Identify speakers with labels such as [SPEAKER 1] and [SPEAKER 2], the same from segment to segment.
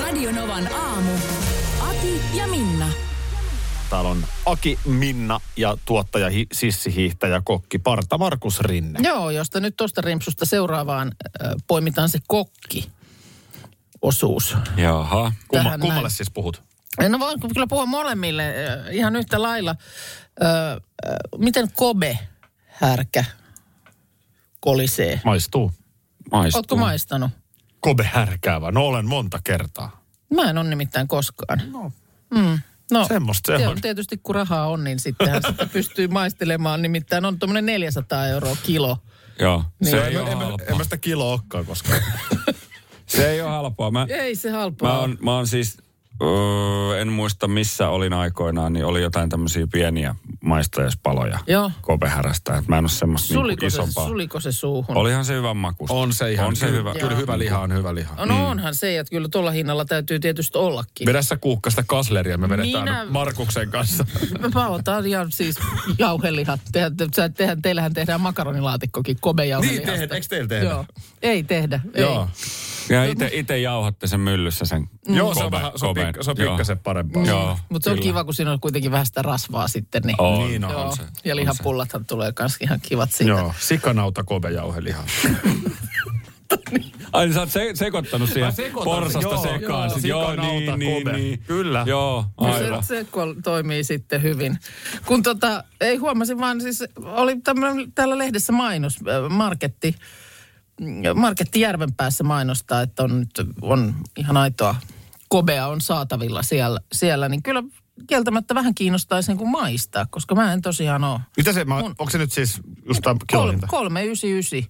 [SPEAKER 1] Radionovan aamu. Ati ja Minna.
[SPEAKER 2] Täällä on Aki, Minna ja tuottaja, hi- sissihiihtäjä, kokki, parta Markus Rinne.
[SPEAKER 3] Joo, josta nyt tuosta rimpsusta seuraavaan äh, poimitaan se kokki osuus.
[SPEAKER 4] Jaha.
[SPEAKER 2] Kumma,
[SPEAKER 3] tähän
[SPEAKER 2] kummalle
[SPEAKER 3] näin.
[SPEAKER 2] siis puhut?
[SPEAKER 3] No voin kyllä puhua molemmille äh, ihan yhtä lailla. Ö, ö, miten kobe härkä kolisee?
[SPEAKER 2] Maistuu.
[SPEAKER 4] Maistuu.
[SPEAKER 3] Ootko maistanut?
[SPEAKER 2] Kobe härkäävä. No olen monta kertaa.
[SPEAKER 3] Mä en ole nimittäin koskaan. No. Mm. No,
[SPEAKER 2] Semmosta se
[SPEAKER 3] tie-
[SPEAKER 2] on.
[SPEAKER 3] tietysti kun rahaa on, niin sittenhän sitä pystyy maistelemaan. Nimittäin on tuommoinen 400 euroa kilo.
[SPEAKER 4] Joo.
[SPEAKER 3] Niin.
[SPEAKER 4] Se
[SPEAKER 3] Joo,
[SPEAKER 4] ei ole
[SPEAKER 2] en, mä,
[SPEAKER 4] halpaa.
[SPEAKER 2] en mä sitä kiloa olekaan koskaan.
[SPEAKER 4] Se ei ole halpaa. Mä,
[SPEAKER 3] Ei se halpaa.
[SPEAKER 4] mä, oon, mä oon siis, öö, en muista missä olin aikoinaan, niin oli jotain tämmöisiä pieniä maistajaspaloja
[SPEAKER 3] Joo.
[SPEAKER 4] kopehärästä. Et mä en ole semmoista niinku
[SPEAKER 3] Suliko, se,
[SPEAKER 4] isompaa.
[SPEAKER 3] suliko se suuhun?
[SPEAKER 4] Olihan se hyvän makusta.
[SPEAKER 2] On se ihan.
[SPEAKER 4] On se
[SPEAKER 2] kyllä,
[SPEAKER 4] hyvä.
[SPEAKER 2] Kyllä hyvä liha on hyvä liha.
[SPEAKER 3] No mm. onhan se, että kyllä tuolla hinnalla täytyy tietysti ollakin.
[SPEAKER 2] Vedä sä kuukka sitä kasleria, me vedetään
[SPEAKER 3] Minä-
[SPEAKER 2] Minä... Markuksen kanssa.
[SPEAKER 3] Mä otan ihan siis jauhelihat. Tehän, te, sä- tehän, teillähän tehdään makaronilaatikkokin komejauhelihasta.
[SPEAKER 2] Niin tehdä- eikö teillä tehdä?
[SPEAKER 3] Joo. Ei tehdä. Ei.
[SPEAKER 2] Joo.
[SPEAKER 4] Ja ite, ite jauhatte sen myllyssä sen
[SPEAKER 2] Mm. Joo, se on, vähän, se on,
[SPEAKER 4] kobeen.
[SPEAKER 2] pikka, se on
[SPEAKER 4] Joo.
[SPEAKER 2] pikkasen parempaa.
[SPEAKER 4] Joo.
[SPEAKER 3] Mutta Niin. se on
[SPEAKER 4] kyllä.
[SPEAKER 3] kiva, kun siinä on kuitenkin vähän sitä rasvaa sitten. Niin.
[SPEAKER 4] On.
[SPEAKER 2] Niin on.
[SPEAKER 3] Joo.
[SPEAKER 4] se,
[SPEAKER 3] ja
[SPEAKER 4] on
[SPEAKER 3] lihapullathan tulee kans ihan kivat siitä.
[SPEAKER 2] Joo, sikanauta kobejauheliha.
[SPEAKER 4] Ai niin sä oot se, sekoittanut siihen
[SPEAKER 2] sekoitan
[SPEAKER 4] porsasta
[SPEAKER 2] sen, joo,
[SPEAKER 4] sekaan.
[SPEAKER 2] joo.
[SPEAKER 4] Sit, Joo,
[SPEAKER 2] Sikanauta
[SPEAKER 4] niin, niin,
[SPEAKER 2] kobe.
[SPEAKER 4] niin.
[SPEAKER 2] Kyllä.
[SPEAKER 4] Joo,
[SPEAKER 3] No
[SPEAKER 4] aivan.
[SPEAKER 3] Se, se kol- toimii sitten hyvin. Kun tota, ei huomasin vaan, siis oli tämmönen, täällä lehdessä mainos, äh, marketti, mm, marketti Järvenpäässä mainostaa, että on, nyt, on ihan aitoa kobea on saatavilla siellä, siellä niin kyllä kieltämättä vähän kiinnostaa sen kuin maistaa, koska mä en tosiaan ole.
[SPEAKER 2] Mitä se, mä,
[SPEAKER 3] Mun-
[SPEAKER 2] onko se nyt siis just tämä
[SPEAKER 3] Kolme,
[SPEAKER 2] kilohinta?
[SPEAKER 3] 399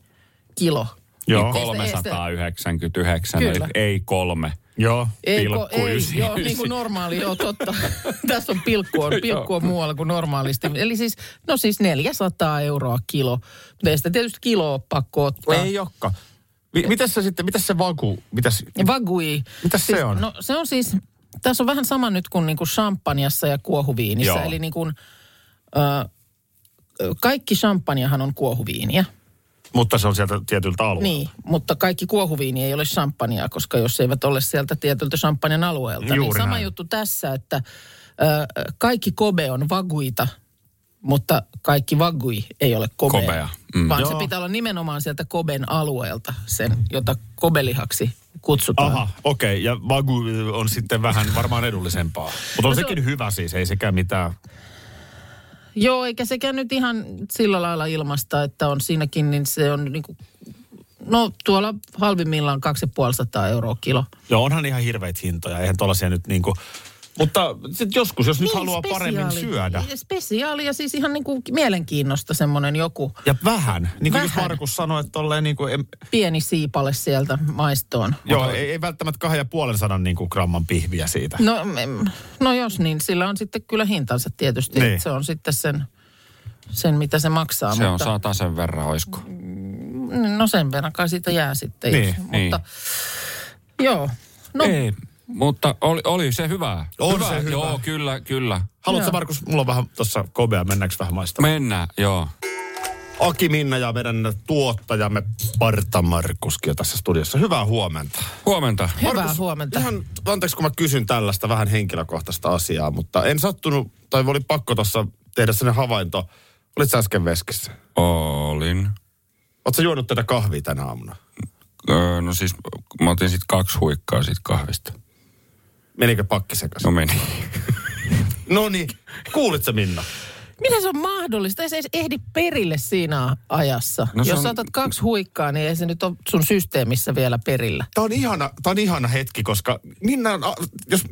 [SPEAKER 3] kilo.
[SPEAKER 2] Joo.
[SPEAKER 4] Niin 399,
[SPEAKER 3] Kyllä.
[SPEAKER 4] eli ei kolme.
[SPEAKER 2] Joo.
[SPEAKER 3] Ei,
[SPEAKER 4] Pilkku
[SPEAKER 3] ko- ei,
[SPEAKER 4] ysi-
[SPEAKER 3] joo,
[SPEAKER 4] ysi.
[SPEAKER 3] niin kuin normaali, joo, totta. Tässä on pilkku, on, pilkku on muualla kuin normaalisti. Eli siis, no siis 400 euroa kilo. Mutta ei sitä tietysti kiloa ole pakko ottaa.
[SPEAKER 2] Ei olekaan. Mi- mitäs se sitten, mitäs se vaku, mitäs,
[SPEAKER 3] Vagui.
[SPEAKER 2] mitäs
[SPEAKER 3] Siis,
[SPEAKER 2] se on?
[SPEAKER 3] No se on siis, tässä on vähän sama nyt kuin niinku champanjassa ja kuohuviinissä.
[SPEAKER 4] Joo.
[SPEAKER 3] Eli niin kuin, ö, kaikki champanjahan on kuohuviiniä.
[SPEAKER 2] Mutta se on sieltä tietyltä alueelta.
[SPEAKER 3] Niin, mutta kaikki kuohuviini ei ole champagnea, koska jos eivät ole sieltä tietyltä champagnen alueelta. niin
[SPEAKER 2] Juuri
[SPEAKER 3] sama
[SPEAKER 2] näin.
[SPEAKER 3] juttu tässä, että ö, kaikki kobe on vaguita, mutta kaikki vagui ei ole kobea.
[SPEAKER 4] Kobea, mm.
[SPEAKER 3] Vaan Joo.
[SPEAKER 2] Joo.
[SPEAKER 3] se pitää olla nimenomaan sieltä koben alueelta sen, jota kobelihaksi kutsutaan.
[SPEAKER 2] Aha, okei. Okay. Ja vagu on sitten vähän varmaan edullisempaa. Mutta on
[SPEAKER 3] No se
[SPEAKER 2] sekin hyvä siis, ei sekään mitään.
[SPEAKER 3] Joo, eikä sekään nyt ihan sillä lailla ilmasta, että on siinäkin, niin se on niinku, no tuolla halvimmillaan 2500 euroa kilo.
[SPEAKER 2] Joo, onhan ihan hirveitä hintoja. Eihän tollaisia nyt niinku... Mutta sit joskus, jos nyt haluaa paremmin
[SPEAKER 3] Niin, spesiaali. Niin,
[SPEAKER 2] syödä.
[SPEAKER 3] Spesiaali ja siis ihan niin kuin mielenkiinnosta semmoinen joku
[SPEAKER 2] Ja vähän. Niin kuin jos
[SPEAKER 3] Vähän.
[SPEAKER 2] Markus sanoi, että tolleen niinku... En,
[SPEAKER 3] pieni siipale sieltä maistoon.
[SPEAKER 2] joo, ei, ei välttämättä kahden ja puolen sadan niinku gramman pihviä siitä.
[SPEAKER 3] No, mm, no jos niin, sillä on sitten kyllä hintansa tietysti.
[SPEAKER 2] Niin.
[SPEAKER 3] Se on sitten sen, sen mitä se maksaa.
[SPEAKER 2] Ah,
[SPEAKER 4] Se on
[SPEAKER 3] mutta,
[SPEAKER 4] saa sen verran, oisko?
[SPEAKER 3] No sen verran kai siitä jää sitten.
[SPEAKER 2] Niin,
[SPEAKER 3] jos, mutta, Joo. No,
[SPEAKER 4] No. Ei, mutta oli, oli se hyvä.
[SPEAKER 2] On se hyvä.
[SPEAKER 4] Joo, kyllä, kyllä.
[SPEAKER 2] Haluatko
[SPEAKER 3] Joo.
[SPEAKER 2] Markus, mulla on vähän tuossa kobea, mennäänkö vähän maistamaan?
[SPEAKER 4] Mennään, joo.
[SPEAKER 2] Aki Minna ja meidän tuottajamme Parta Markuskin on tässä studiossa. Hyvää huomenta.
[SPEAKER 4] Huomenta.
[SPEAKER 3] hyvää huomenta.
[SPEAKER 2] Ihan, anteeksi kun mä kysyn tällaista vähän henkilökohtaista asiaa, mutta en sattunut, tai oli pakko tuossa tehdä sellainen havainto. Olit sä äsken veskissä.
[SPEAKER 4] Olin.
[SPEAKER 2] Oletko juonut tätä kahvia tänä aamuna?
[SPEAKER 4] Öö, no siis mä otin sit kaksi huikkaa siitä kahvista.
[SPEAKER 2] Menikö pakki sekaisin?
[SPEAKER 4] No meni.
[SPEAKER 2] No niin, kuulit sä Minna?
[SPEAKER 3] Miten se on mahdollista? Ei se edes ehdi perille siinä ajassa.
[SPEAKER 4] No
[SPEAKER 3] No
[SPEAKER 4] se
[SPEAKER 3] Jos
[SPEAKER 4] on-
[SPEAKER 3] on... otat kaksi huikkaa, niin ei se nyt ole sun systeemissä vielä perillä.
[SPEAKER 2] Tämä on, ihana, tää on ihana hetki, koska Minna on, a- jos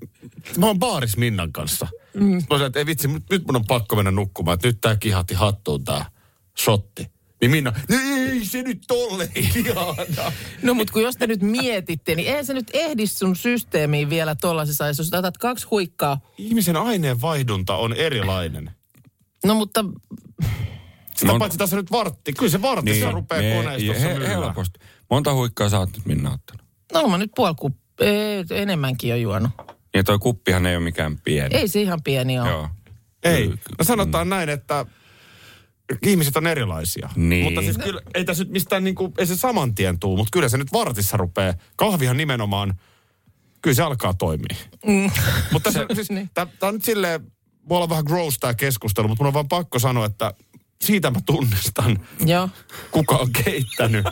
[SPEAKER 2] mä oon baaris Minnan kanssa. Mm. Mä sanoin, että ei vitsi, nyt nyt mun on pakko mennä nukkumaan, että nyt tää kihatti hattuun tää shotti. Niin Minna, no ei se nyt tolle ihana.
[SPEAKER 3] No mutta kun jos te nyt mietitte, niin ei se nyt ehdi sun systeemiin vielä tollasessa ajassa, jos sä otat kaksi huikkaa.
[SPEAKER 2] Ihmisen aineenvaihdunta on erilainen.
[SPEAKER 3] No mutta
[SPEAKER 2] Sitä
[SPEAKER 4] Mon-
[SPEAKER 2] paitsi tässä on nyt vartti. Kyllä se vartti, niin, se rupeaa
[SPEAKER 4] me-
[SPEAKER 2] koneistossa
[SPEAKER 4] he-
[SPEAKER 2] myymään.
[SPEAKER 4] Helposti. Monta huikkaa sä oot nyt Minna ottanut?
[SPEAKER 3] no mä nyt puoli kup... ei, enemmänkin jo juonut.
[SPEAKER 4] Ja toi kuppihan ei ole mikään pieni.
[SPEAKER 3] Ei se ihan pieni ole.
[SPEAKER 4] Joo.
[SPEAKER 2] Ei. No sanotaan näin, että ihmiset on erilaisia.
[SPEAKER 4] Niin.
[SPEAKER 2] Mutta siis kyllä, ei tässä nyt mistään niinku, ei se saman tien tuu, mutta kyllä se nyt vartissa rupeaa. Kahvihan nimenomaan, kyllä se alkaa toimia. Mm. Mutta se, siis, niin. tämä on nyt silleen, voi olla vähän gross tämä keskustelu, mutta mun on vaan pakko sanoa, että siitä mä tunnistan,
[SPEAKER 3] Joo.
[SPEAKER 2] kuka on keittänyt.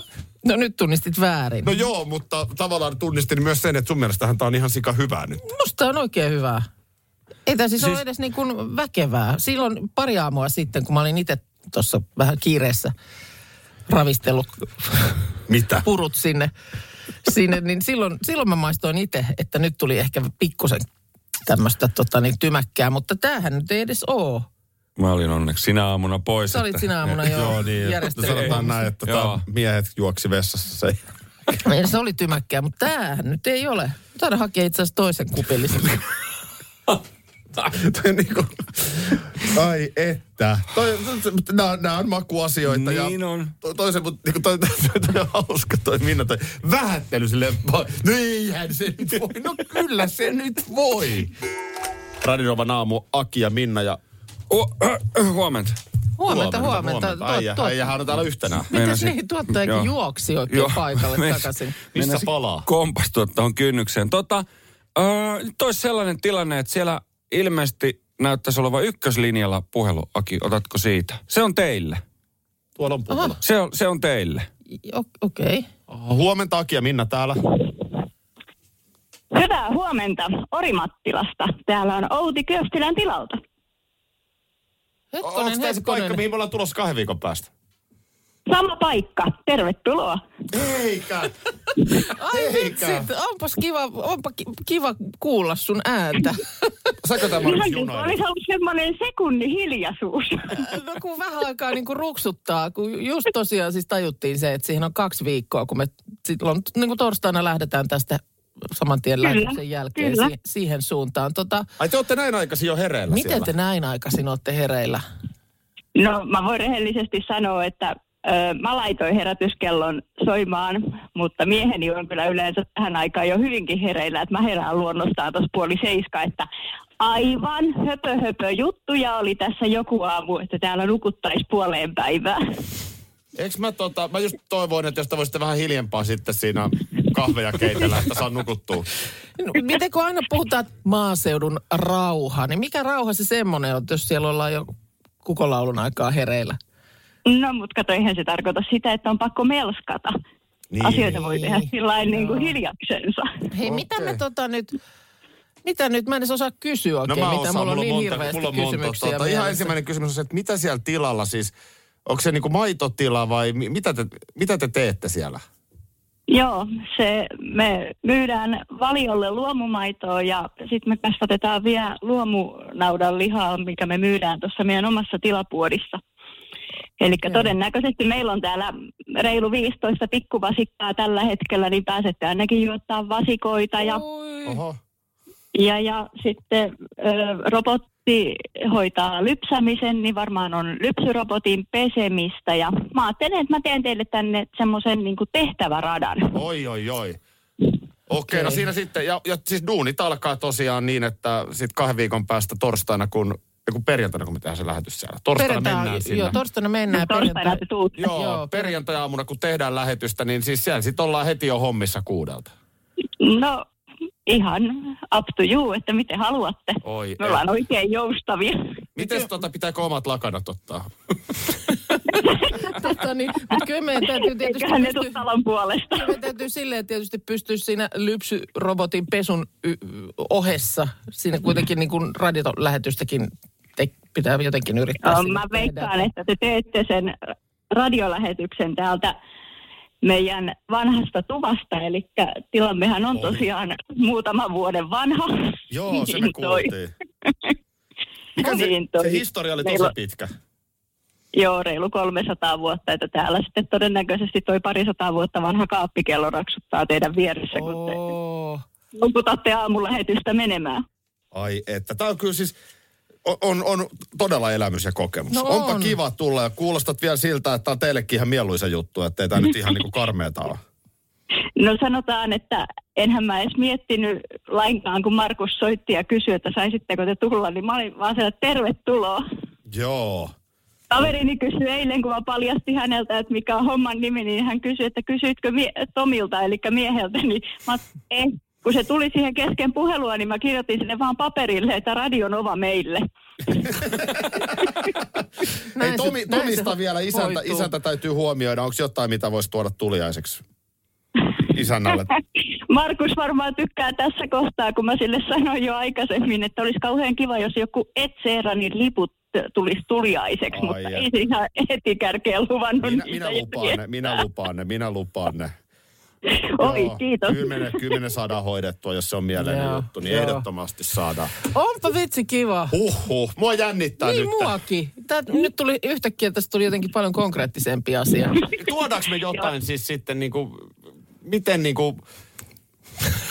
[SPEAKER 3] No nyt tunnistit väärin.
[SPEAKER 2] No joo, mutta tavallaan tunnistin myös sen, että sun mielestähän tämä on ihan sika hyvää nyt.
[SPEAKER 3] Musta on oikein hyvää. Ei tämä siis, siis...
[SPEAKER 2] Siis-
[SPEAKER 3] ole edes niin kuin väkevää. Silloin pari aamua sitten, kun mä olin itse tuossa vähän kiireessä ravistellut
[SPEAKER 2] Mitä?
[SPEAKER 3] purut sinne, sinne niin silloin, silloin mä maistoin itse, että nyt tuli ehkä pikkusen tämmöistä tota, niin, tymäkkää, mutta tämähän nyt ei edes ole.
[SPEAKER 4] Mä olin onneksi sinä aamuna pois.
[SPEAKER 3] Sä olit
[SPEAKER 4] että-
[SPEAKER 3] sinä aamuna jo
[SPEAKER 2] Joo, niin.
[SPEAKER 3] järjestely-
[SPEAKER 2] Sanotaan näin, että
[SPEAKER 4] Joo.
[SPEAKER 2] tää miehet juoksi vessassa se.
[SPEAKER 3] Ei, Niin, Se oli tymäkkää, mutta tämähän nyt ei ole. Taida hakea itse asiassa toisen kupillisen.
[SPEAKER 2] Toi niinku, ai että. Toi, nämä, nämä on makuasioita.
[SPEAKER 4] Niin
[SPEAKER 2] ja
[SPEAKER 4] on.
[SPEAKER 2] To, toisen, mutta niinku, toi, toi, toi, on hauska toi Minna, toi vähättely silleen. va- No eihän se nyt voi. No kyllä se nyt voi. Radinovan aamu, Aki ja Minna ja
[SPEAKER 4] Huo- huomenta.
[SPEAKER 3] Huomenta, huomenta. huomenta.
[SPEAKER 2] Ai, ja, ai, ja hän on täällä yhtenä.
[SPEAKER 3] Mitäs
[SPEAKER 4] Meinasin-
[SPEAKER 3] niin, tuottajakin
[SPEAKER 4] Joo.
[SPEAKER 3] juoksi oikein
[SPEAKER 4] Joo.
[SPEAKER 3] paikalle
[SPEAKER 4] Meinasin-
[SPEAKER 3] takaisin.
[SPEAKER 2] Missä
[SPEAKER 4] meinasin
[SPEAKER 2] palaa?
[SPEAKER 4] Kompastua tuohon kynnykseen. Tota, öö, nyt olisi sellainen tilanne, että siellä ilmeisesti näyttäisi olevan ykköslinjalla puhelu. Aki, otatko siitä? Se on teille.
[SPEAKER 2] Tuolla on puhulla.
[SPEAKER 4] Se on, se on teille.
[SPEAKER 3] O- Okei. Okay.
[SPEAKER 2] Huomenta Aki ja Minna täällä.
[SPEAKER 5] Hyvää huomenta Orimattilasta. Täällä on Outi Kyöstilän tilalta.
[SPEAKER 3] Hetkonen,
[SPEAKER 2] Onko tämä se paikka,
[SPEAKER 3] hetkonen.
[SPEAKER 2] mihin me ollaan tulossa kahden viikon päästä?
[SPEAKER 5] Sama paikka. Tervetuloa.
[SPEAKER 2] Eikä.
[SPEAKER 3] Ai vitsit, onpas kiva, onpa ki- kiva kuulla sun ääntä.
[SPEAKER 2] Saiko tämä
[SPEAKER 5] Ihan kuin olisi ollut semmoinen sekunnin hiljaisuus.
[SPEAKER 3] No kun vähän aikaa niin kuin ruksuttaa, kun just tosiaan siis tajuttiin se, että siihen on kaksi viikkoa, kun me silloin niin kuin torstaina lähdetään tästä saman tien
[SPEAKER 5] Kyllä,
[SPEAKER 3] lähetyksen jälkeen
[SPEAKER 5] kyllä.
[SPEAKER 3] si- siihen suuntaan. Tota,
[SPEAKER 2] Ai te olette näin aikaisin jo hereillä
[SPEAKER 3] miten te näin aikaisin olette hereillä?
[SPEAKER 5] No mä voin rehellisesti sanoa, että ö, mä laitoin herätyskellon soimaan, mutta mieheni on kyllä yleensä tähän aikaan jo hyvinkin hereillä, että mä herään luonnostaan tuossa puoli seiska, että aivan höpö höpö juttuja oli tässä joku aamu, että täällä nukuttaisi puoleen päivään.
[SPEAKER 2] Eikö mä tota, mä just toivoin, että jos te voisitte vähän hiljempaa sitten siinä kahveja keitellä, että saan nukuttua.
[SPEAKER 3] No, Miten kun aina puhutaan että maaseudun rauha, niin mikä rauha se semmoinen on, jos siellä ollaan jo kukolaulun aikaa hereillä?
[SPEAKER 5] No, mutta kato, eihän se tarkoita sitä, että on pakko melskata.
[SPEAKER 2] Niin.
[SPEAKER 5] Niin. Asioita voi tehdä
[SPEAKER 3] Niin.
[SPEAKER 5] sillä niin kuin hiljaksensa.
[SPEAKER 3] Hei, okay. mitä me tota nyt, mitä nyt, mä en edes osaa kysyä oikein,
[SPEAKER 2] No mä
[SPEAKER 3] mitä mulla on niin hirveästi
[SPEAKER 2] mulla on
[SPEAKER 3] kysymyksiä
[SPEAKER 2] tota, Ihan
[SPEAKER 3] mielessä.
[SPEAKER 2] ensimmäinen kysymys on se, että mitä siellä tilalla siis, onko se niinku maitotila vai mi- mitä te, mitä te teette siellä?
[SPEAKER 5] Joo, se, me myydään valiolle luomumaitoa ja sitten me kasvatetaan vielä luomunaudan lihaa, mikä me myydään tuossa meidän omassa tilapuodissa. Eli todennäköisesti meillä on täällä reilu 15 pikkuvasikkaa tällä hetkellä, niin pääsette ainakin juottaa vasikoita ja
[SPEAKER 3] Oi.
[SPEAKER 2] Oho.
[SPEAKER 5] Ja, ja sitten ö, robotti hoitaa lypsämisen, niin varmaan on lypsyrobotin pesemistä. Ja mä ajattelen, että mä teen teille tänne semmoisen niin tehtäväradan.
[SPEAKER 2] Oi, oi, oi. Okei, okay, no siinä sitten, ja, ja siis duunit alkaa tosiaan niin, että sitten kahden viikon päästä torstaina, kun, ja kun perjantaina, kun me tehdään se lähetys siellä. Torstaina
[SPEAKER 3] Perjantai-
[SPEAKER 2] mennään sinne.
[SPEAKER 3] Joo, torstaina mennään.
[SPEAKER 5] Torstaina te tuutte.
[SPEAKER 2] Joo,
[SPEAKER 3] Joo,
[SPEAKER 2] Joo perjantai-aamuna, kun tehdään lähetystä, niin siis siellä sitten ollaan heti jo hommissa kuudelta.
[SPEAKER 5] No ihan up to you, että miten haluatte.
[SPEAKER 2] Oi,
[SPEAKER 5] me
[SPEAKER 2] ei.
[SPEAKER 5] ollaan oikein joustavia.
[SPEAKER 2] Mites tota, pitääkö omat lakanat ottaa?
[SPEAKER 3] Tota, niin, mutta kyllä meidän täytyy tietysti
[SPEAKER 5] Eiköhän ne tuu
[SPEAKER 3] pystyä,
[SPEAKER 5] talon puolesta.
[SPEAKER 3] meidän täytyy silleen tietysti pystyä siinä lypsyrobotin pesun y- y- ohessa. Siinä kuitenkin niin kuin radiolähetystäkin te- pitää jotenkin yrittää.
[SPEAKER 5] Joo,
[SPEAKER 3] sinne
[SPEAKER 5] No, Mä
[SPEAKER 3] tehdä.
[SPEAKER 5] veikkaan, että te teette sen radiolähetyksen täältä meidän vanhasta tuvasta, eli tilammehan on tosiaan muutaman vuoden vanha.
[SPEAKER 2] Joo, se me
[SPEAKER 5] Niin toi.
[SPEAKER 2] kuultiin. Mikä se,
[SPEAKER 5] Niin toi.
[SPEAKER 2] se historia oli tosi
[SPEAKER 5] Meillä-
[SPEAKER 2] pitkä.
[SPEAKER 5] joo, reilu 300 vuotta, että täällä sitten todennäköisesti toi parisataa vuotta vanha kaappikello raksuttaa teidän vieressä, kun te
[SPEAKER 2] Oh.
[SPEAKER 5] loputatte aamulähetystä menemään.
[SPEAKER 2] Ai että, tämä on kyllä siis, on, on, on todella elämys ja kokemus.
[SPEAKER 3] No
[SPEAKER 2] Onpa
[SPEAKER 3] on.
[SPEAKER 2] kiva tulla ja kuulostat vielä siltä, että tämä on teillekin ihan mieluisa juttu, että ei tämä nyt ihan niinku karmeeta ole.
[SPEAKER 5] No sanotaan, että enhän mä edes miettinyt lainkaan, kun Markus soitti ja kysyi, että saisitteko te tulla, niin mä olin vaan siellä, että tervetuloa.
[SPEAKER 2] Joo.
[SPEAKER 5] Kaverini kysyi eilen, kun mä paljasti häneltä, että mikä on homman nimi, niin hän kysyi, että kysyitkö mie- Tomilta, eli mieheltä, niin mä ei. Kun se tuli siihen kesken puhelua, niin mä kirjoitin sinne vaan paperille, että Radio Nova meille.
[SPEAKER 3] Näin
[SPEAKER 2] Ei,
[SPEAKER 3] se-
[SPEAKER 2] Tomi,
[SPEAKER 3] näin se
[SPEAKER 2] Tomista vielä isäntä,
[SPEAKER 3] hoituu.
[SPEAKER 2] isäntä täytyy huomioida. Onko jotain, mitä voisi tuoda tuliaiseksi isännälle?
[SPEAKER 5] Markus varmaan tykkää tässä kohtaa, kun mä sille sanoin jo aikaisemmin, että olisi kauhean kiva, jos joku Ed Sheeranin liput tulisi tuliaiseksi,
[SPEAKER 2] Ai
[SPEAKER 5] Ai mutta
[SPEAKER 2] jep.
[SPEAKER 5] ei se ihan heti kärkeen luvannut.
[SPEAKER 2] Minä,
[SPEAKER 5] niitä
[SPEAKER 2] minä
[SPEAKER 5] jo
[SPEAKER 2] lupaan ne, minä lupaan ne, minä lupaan ne.
[SPEAKER 5] Oi,
[SPEAKER 2] Joo,
[SPEAKER 5] kiitos.
[SPEAKER 2] Kymmenen, kymmenen saadaan hoidettua, jos se on mieleinen
[SPEAKER 3] Joo,
[SPEAKER 2] juttu, niin
[SPEAKER 3] joo.
[SPEAKER 2] ehdottomasti saadaan.
[SPEAKER 3] Onpa vitsi kiva.
[SPEAKER 2] Huhhuh, mua jännittää
[SPEAKER 3] niin
[SPEAKER 2] nyt.
[SPEAKER 3] muakin. Tää, nyt tuli yhtäkkiä, tästä tuli jotenkin paljon konkreettisempi asia.
[SPEAKER 2] Tuodaanko me jotain siis sitten niinku, miten niinku,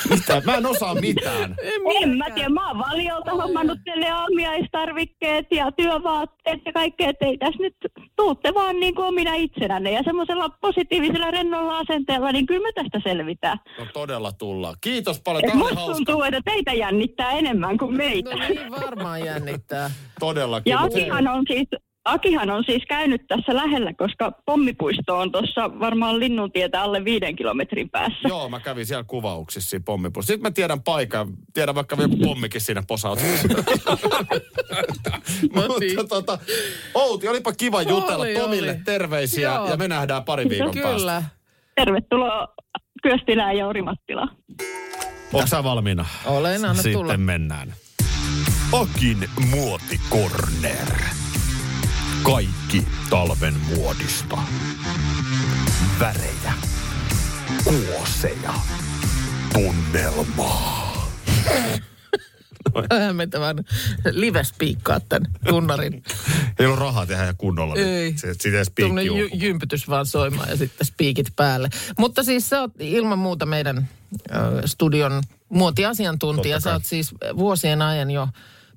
[SPEAKER 2] mitä? Mä en osaa mitään.
[SPEAKER 5] En mä tiedä, mä oon valiolta hommannut teille aamiaistarvikkeet ja työvaatteet ja kaikkea, että ei tässä nyt tuutte vaan niin kuin minä itsenänne ja semmoisella positiivisella rennolla asenteella, niin kyllä me tästä selvitään.
[SPEAKER 2] No todella tullaan. Kiitos paljon,
[SPEAKER 5] Et
[SPEAKER 2] tämä oli
[SPEAKER 5] musta
[SPEAKER 2] hauska.
[SPEAKER 5] tuntuu, että teitä jännittää enemmän kuin meitä.
[SPEAKER 3] No niin varmaan jännittää.
[SPEAKER 2] Todellakin.
[SPEAKER 5] Ja
[SPEAKER 2] mut hei.
[SPEAKER 5] Akihan on siis, Akihan on siis käynyt tässä lähellä, koska pommipuisto on tuossa varmaan Linnuntietä alle viiden kilometrin päässä.
[SPEAKER 2] Joo, mä kävin siellä kuvauksissa siinä pommipuolella. Sitten mä tiedän paikan, tiedän vaikka vielä kun pommikin siinä posautuu.
[SPEAKER 3] No
[SPEAKER 2] Mutta tota, Outi, olipa kiva jutella.
[SPEAKER 3] niin. Oli,
[SPEAKER 2] Tomille
[SPEAKER 3] oli.
[SPEAKER 2] terveisiä
[SPEAKER 3] Joo.
[SPEAKER 2] ja me nähdään pari viikon päästä.
[SPEAKER 3] Kyllä.
[SPEAKER 5] Tervetuloa Kyöstilään ja Orimattilaan.
[SPEAKER 2] Onko sä valmiina?
[SPEAKER 3] Olen, anna
[SPEAKER 2] Sitten
[SPEAKER 3] tulla.
[SPEAKER 2] mennään. Akin muotikorner. Kaikki talven muodista. Värejä. Kuoseja. Tunnelmaa.
[SPEAKER 3] Vähän me tämän live-spiikkaa tämän tunnarin.
[SPEAKER 2] Ei ole rahaa tehdä ihan kunnolla. niin
[SPEAKER 3] Ei.
[SPEAKER 2] Se, siitä edes
[SPEAKER 3] Tuommoinen
[SPEAKER 2] piikki
[SPEAKER 3] jy-
[SPEAKER 2] ulkona.
[SPEAKER 3] jympytys vaan soimaan ja sitten spiikit päälle. Mutta siis sä oot ilman muuta meidän ö, studion muotiasiantuntija.
[SPEAKER 2] Totta
[SPEAKER 3] Sä
[SPEAKER 2] kai.
[SPEAKER 3] oot siis vuosien ajan jo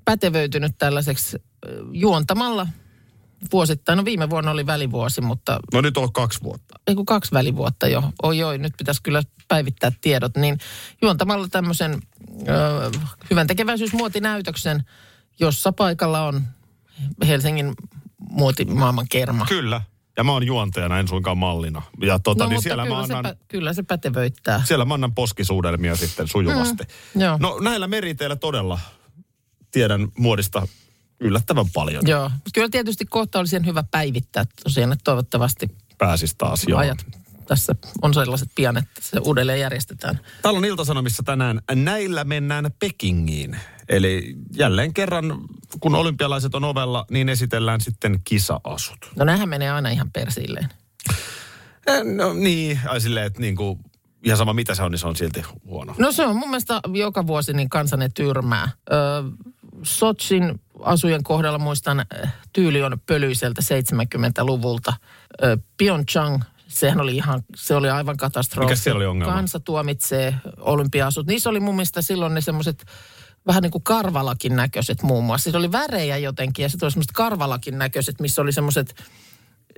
[SPEAKER 3] pätevöitynyt tällaiseksi ö, juontamalla vuosittain. No viime vuonna oli välivuosi, mutta
[SPEAKER 2] No nyt on kaksi vuotta.
[SPEAKER 3] ei kun kaksi välivuotta jo. Oi oi, nyt pitäisi kyllä päivittää tiedot. Niin juontamalla tämmöisen ö, hyvän tekeväisyysmuotinäytöksen, jossa paikalla on Helsingin muotimaailman kerma.
[SPEAKER 2] Kyllä. Ja mä oon juontajana, en suinkaan mallina. Ja tota, niin
[SPEAKER 3] No, mutta
[SPEAKER 2] siellä
[SPEAKER 3] kyllä,
[SPEAKER 2] mä annan...
[SPEAKER 3] se pä, kyllä se pätevöittää.
[SPEAKER 2] siellä mä annan poskisuudelmia sitten sujuvasti.
[SPEAKER 3] Mm, joo.
[SPEAKER 2] No näillä meriteillä todella tiedän muodista yllättävän paljon. Joo.
[SPEAKER 3] Joo. Mut Kyllä tietysti kohta olisi ihan hyvä päivittää tosiaan, että toivottavasti
[SPEAKER 2] Pääsis taas jo.
[SPEAKER 3] ajat tässä on sellaiset pian, että se uudelleen järjestetään.
[SPEAKER 2] Täällä on iltasanomissa tänään, näillä mennään Pekingiin. Eli jälleen kerran, kun olympialaiset on ovella, niin esitellään sitten kisaasut.
[SPEAKER 3] No nämähän menee aina ihan persilleen.
[SPEAKER 2] Eh, No niin, ai silleen, että niinku, ihan sama mitä se on, niin se on silti huono.
[SPEAKER 3] No se on mun mielestä joka vuosi niin kansanen tyrmää. Öö, Sotsin asujen kohdalla muistan, eh, tyyli on pölyiseltä 70-luvulta. Öö, Pyeongchang, sehän oli ihan, se oli aivan katastrofi.
[SPEAKER 2] Mikäs siellä oli ongelma?
[SPEAKER 3] Kansa tuomitsee olympiasut. Niissä oli mun mielestä silloin ne semmoiset vähän niin kuin karvalakin näköiset muun muassa. Siis oli värejä jotenkin ja sitten oli semmoiset karvalakin näköiset, missä oli semmoiset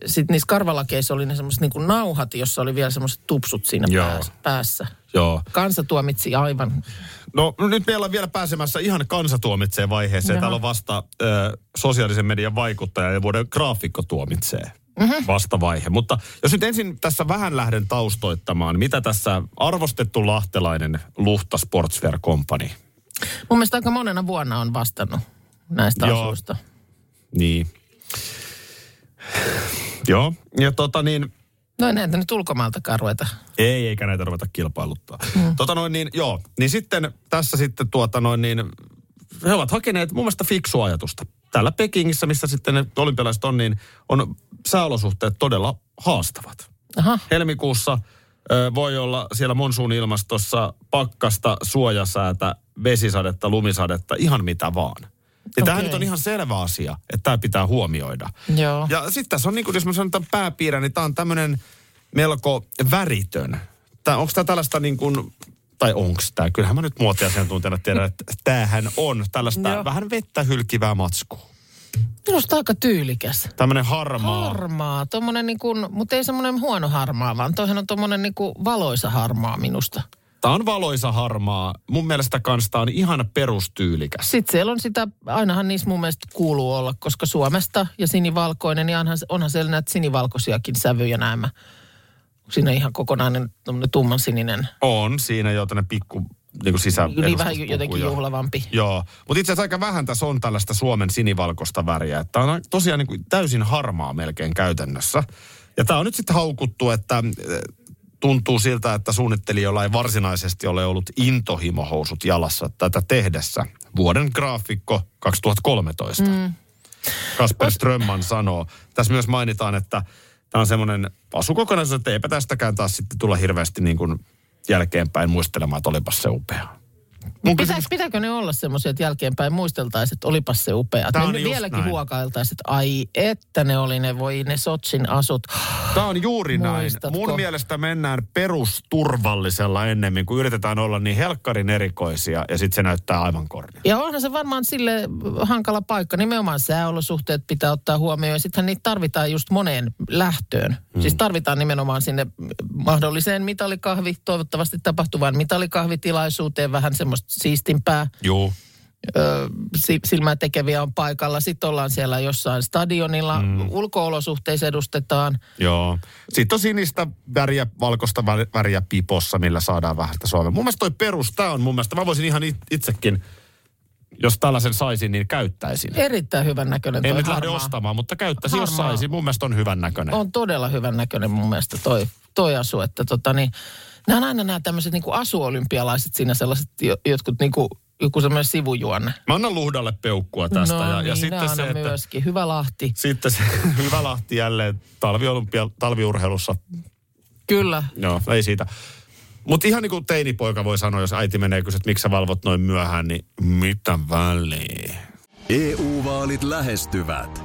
[SPEAKER 3] sitten niissä karvalakeissa oli ne semmoiset niin kuin nauhat, jossa oli vielä semmoiset tupsut siinä
[SPEAKER 2] Joo.
[SPEAKER 3] pääs- päässä.
[SPEAKER 2] Joo.
[SPEAKER 3] Kansa tuomitsi aivan.
[SPEAKER 2] No nyt meillä on vielä pääsemässä ihan kansatuomitseen vaiheeseen.
[SPEAKER 3] Jaha.
[SPEAKER 2] Täällä on vasta ö, sosiaalisen median vaikuttaja ja vuoden graafikko tuomitsee
[SPEAKER 3] Mhm.
[SPEAKER 2] vastavaihe. Mutta jos nyt ensin tässä vähän lähden taustoittamaan, mitä tässä arvostettu lahtelainen Luhta Sportswear Company.
[SPEAKER 3] Mun mielestä aika monena vuonna on vastannut näistä
[SPEAKER 2] Joo.
[SPEAKER 3] Joo. asuista.
[SPEAKER 2] Niin. Joo, ja tota niin,
[SPEAKER 3] No ei näitä nyt ulkomailtakaan ruveta.
[SPEAKER 2] Ei, eikä näitä ruveta kilpailuttaa. Mm. Tota noin niin, joo. Niin sitten tässä sitten tuota noin niin, he ovat hakeneet mun mielestä fiksua ajatusta. Täällä Pekingissä, missä sitten ne olympialaiset on, niin on sääolosuhteet todella haastavat.
[SPEAKER 3] Aha,
[SPEAKER 2] Helmikuussa ö, voi olla siellä monsuun ilmastossa pakkasta, suojasäätä, vesisadetta, lumisadetta, ihan mitä vaan. Ja tämä
[SPEAKER 3] Okei.
[SPEAKER 2] nyt on ihan selvä asia, että tämä pitää huomioida.
[SPEAKER 3] Joo.
[SPEAKER 2] Ja sitten tässä on, niin kuin, jos mä sanon tämän pääpiirän, niin tämä on tämmöinen melko väritön. Onko tämä tällaista niin kuin, tai onko tämä? Kyllähän mä nyt muotiasiantuntijana tiedän, että tämähän on tällaista
[SPEAKER 3] Joo.
[SPEAKER 2] vähän vettä hylkivää matskua.
[SPEAKER 3] Minusta aika tyylikäs.
[SPEAKER 2] Tämmöinen harmaa.
[SPEAKER 3] Harmaa, tommonen niin kuin, mutta ei semmoinen huono harmaa, vaan toihan on tommonen niin kuin valoisa harmaa minusta.
[SPEAKER 2] Tämä on valoisa harmaa. Mun mielestä kans tämä on ihan perustyylikäs.
[SPEAKER 3] Sitten siellä on sitä, ainahan niissä mun mielestä kuuluu olla, koska Suomesta ja sinivalkoinen, niin onhan, onhan siellä näitä sinivalkoisiakin sävyjä nämä. Siinä on ihan kokonainen tommonen tumman sininen,
[SPEAKER 2] On siinä jo tänne pikku niin kuin sisä
[SPEAKER 3] niin vähän ju- jotenkin juhlavampi.
[SPEAKER 2] Joo, mutta itse asiassa aika vähän tässä on tällaista Suomen sinivalkoista väriä. Tämä on tosiaan niin kuin täysin harmaa melkein käytännössä. Ja tämä on nyt sitten haukuttu, että eh, tuntuu siltä, että suunnittelijoilla ei varsinaisesti ole ollut intohimohousut jalassa tätä tehdessä. Vuoden graafikko 2013. Mm. Kasper Strömman sanoo. Tässä myös mainitaan, että tämä on semmoinen asukokonaisuus, että eipä tästäkään taas sitten tulla hirveästi niin kuin jälkeenpäin muistelemaan, että olipas se upeaa. Mun
[SPEAKER 3] Pitäis, pitääkö ne olla semmoisia, että jälkeenpäin muisteltaisiin, että olipas se upea.
[SPEAKER 2] Tää
[SPEAKER 3] Me
[SPEAKER 2] on
[SPEAKER 3] nyt
[SPEAKER 2] just
[SPEAKER 3] vieläkin
[SPEAKER 2] näin.
[SPEAKER 3] huokailtaisiin, että ai että ne oli ne, voi ne Sotsin asut.
[SPEAKER 2] Tämä on juuri näin.
[SPEAKER 3] Muistatko?
[SPEAKER 2] Mun mielestä mennään perusturvallisella ennemmin, kun yritetään olla niin helkkarin erikoisia ja sitten se näyttää aivan kornilta.
[SPEAKER 3] Ja onhan se varmaan sille hankala paikka. Nimenomaan sääolosuhteet pitää ottaa huomioon ja sittenhän niitä tarvitaan just moneen lähtöön. Mm. Siis tarvitaan nimenomaan sinne mahdolliseen mitalikahvi, toivottavasti tapahtuvaan mitalikahvitilaisuuteen vähän semmoista siistimpää.
[SPEAKER 2] Joo.
[SPEAKER 3] ö, si- silmää tekeviä on paikalla. Sitten ollaan siellä jossain stadionilla, mm. ulkoolosuhteissa edustetaan.
[SPEAKER 2] Joo. Sitten on sinistä väriä, valkoista vä- väriä pipossa, millä saadaan vähän sitä Suomea. Mun mielestä toi perus, tämä on mun mielestä, mä voisin ihan it- itsekin, jos tällaisen saisin, niin käyttäisin.
[SPEAKER 3] Erittäin hyvän näköinen toi
[SPEAKER 2] En nyt lähde
[SPEAKER 3] harmaa.
[SPEAKER 2] ostamaan, mutta käyttäisin, jos
[SPEAKER 3] Harmaa.
[SPEAKER 2] saisin. Mun mielestä on hyvän näköinen.
[SPEAKER 3] On todella hyvän näköinen mun mielestä toi, toi asu. Että tota niin, nämä on aina nämä tämmöiset niinku asuolympialaiset siinä sellaiset jo- jotkut niinku, joku semmoinen sivujuonne.
[SPEAKER 2] Mä annan luhdalle peukkua tästä.
[SPEAKER 3] no
[SPEAKER 2] ja, ja
[SPEAKER 3] niin,
[SPEAKER 2] sitten
[SPEAKER 3] nää
[SPEAKER 2] se,
[SPEAKER 3] aina
[SPEAKER 2] että
[SPEAKER 3] myöskin. Hyvä Lahti.
[SPEAKER 2] sitten se hyvä lahti jälleen talviolympia, talviurheilussa
[SPEAKER 3] Kyllä.
[SPEAKER 2] Joo, ei siitä. Mutta ihan niin kuin teinipoika voi sanoa, jos äiti menee kysyä, että miksi sä valvot noin myöhään, niin mitä väliä?
[SPEAKER 6] EU-vaalit E lähestyvät.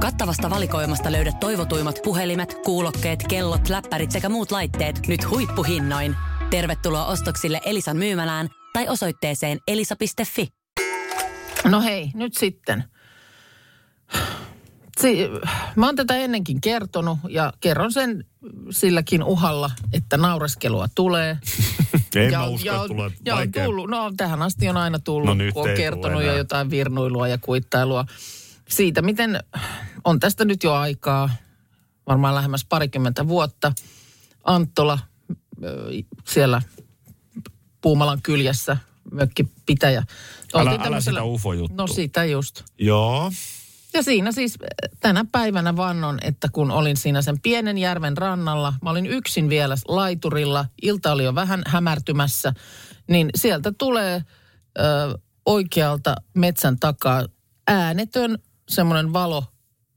[SPEAKER 7] Kattavasta valikoimasta löydät toivotuimmat puhelimet, kuulokkeet, kellot, läppärit sekä muut laitteet nyt huippuhinnoin. Tervetuloa ostoksille Elisan myymälään tai osoitteeseen elisa.fi.
[SPEAKER 3] No hei, nyt sitten. Si- mä oon tätä ennenkin kertonut ja kerron sen silläkin uhalla, että nauraskelua tulee.
[SPEAKER 2] En
[SPEAKER 3] ja,
[SPEAKER 2] mä
[SPEAKER 3] on-
[SPEAKER 2] usko,
[SPEAKER 3] ja,
[SPEAKER 2] että
[SPEAKER 3] on-
[SPEAKER 2] tulee
[SPEAKER 3] ja on
[SPEAKER 2] vaikea.
[SPEAKER 3] tullut, no tähän asti on aina
[SPEAKER 2] No
[SPEAKER 3] tullut,
[SPEAKER 2] nyt
[SPEAKER 3] kun
[SPEAKER 2] ei
[SPEAKER 3] on
[SPEAKER 2] tule
[SPEAKER 3] kertonut
[SPEAKER 2] enää.
[SPEAKER 3] jo jotain virnuilua ja kuittailua. Siitä, miten on tästä nyt jo aikaa, varmaan lähemmäs parikymmentä vuotta, Anttola ö, siellä Puumalan kyljessä, mökkipitäjä.
[SPEAKER 2] Älä-
[SPEAKER 3] Oltiin
[SPEAKER 2] älä
[SPEAKER 3] tämmöisellä-
[SPEAKER 2] sitä ufo-juttua.
[SPEAKER 3] No sitä just.
[SPEAKER 2] Joo.
[SPEAKER 3] Ja siinä siis äh, tänä päivänä vannon, että kun olin siinä sen pienen järven rannalla, mä olin yksin vielä laiturilla, ilta oli jo vähän hämärtymässä, niin sieltä tulee ö, oikealta metsän takaa äänetön semmoinen valo,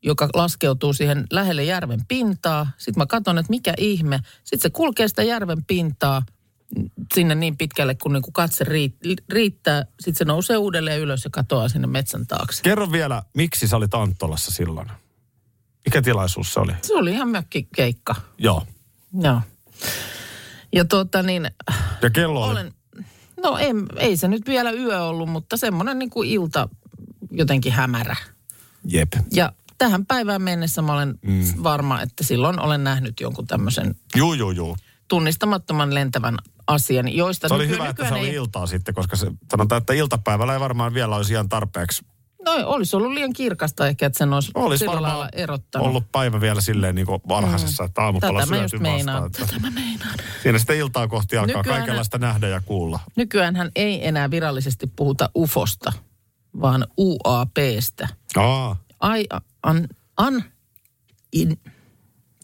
[SPEAKER 3] joka laskeutuu siihen lähelle järven pintaa. Sitten mä katson, että mikä ihme. Sitten se kulkee sitä järven pintaa mm, sinne niin pitkälle, kun niinku katse riit- riittää. Sitten se nousee uudelleen ylös ja katoaa sinne metsän taakse.
[SPEAKER 2] Kerro vielä, miksi sä olit Anttolassa silloin? Mikä tilaisuus se oli?
[SPEAKER 3] Se oli ihan mökkikeikka.
[SPEAKER 2] Joo.
[SPEAKER 3] Joo. Ja tuota niin,
[SPEAKER 2] Ja kello oli?
[SPEAKER 3] olen, no en, ei se nyt vielä yö ollut, mutta semmoinen niin kuin ilta jotenkin hämärä.
[SPEAKER 2] Jep.
[SPEAKER 3] Ja tähän päivään mennessä mä olen mm. varma, että silloin olen nähnyt jonkun tämmöisen
[SPEAKER 2] Juu, juu, juu.
[SPEAKER 3] tunnistamattoman lentävän asian, joista...
[SPEAKER 2] Se oli
[SPEAKER 3] nyky-
[SPEAKER 2] hyvä, että se
[SPEAKER 3] nykyään
[SPEAKER 2] oli
[SPEAKER 3] ei-
[SPEAKER 2] iltaa sitten, koska se, sanotaan, että iltapäivällä ei varmaan vielä olisi ihan tarpeeksi.
[SPEAKER 3] No olisi ollut liian kirkasta ehkä, että sen olisi,
[SPEAKER 2] Olisi
[SPEAKER 3] sillä
[SPEAKER 2] varmaan
[SPEAKER 3] lailla erottanut.
[SPEAKER 2] ollut päivä vielä silleen niin kuin varhaisessa, että aamupala
[SPEAKER 3] Tätä mä
[SPEAKER 2] syöty
[SPEAKER 3] just
[SPEAKER 2] vastaan.
[SPEAKER 3] meinaan.
[SPEAKER 2] Että
[SPEAKER 3] Tätä mä meinaan.
[SPEAKER 2] siinä sitten iltaa kohti alkaa
[SPEAKER 3] Nykyään-
[SPEAKER 2] kaikenlaista nähdä ja kuulla.
[SPEAKER 3] Nykyäänhän ei enää virallisesti puhuta UFOsta, vaan UAPstä.
[SPEAKER 2] Aa.
[SPEAKER 3] Ai, an, an, in.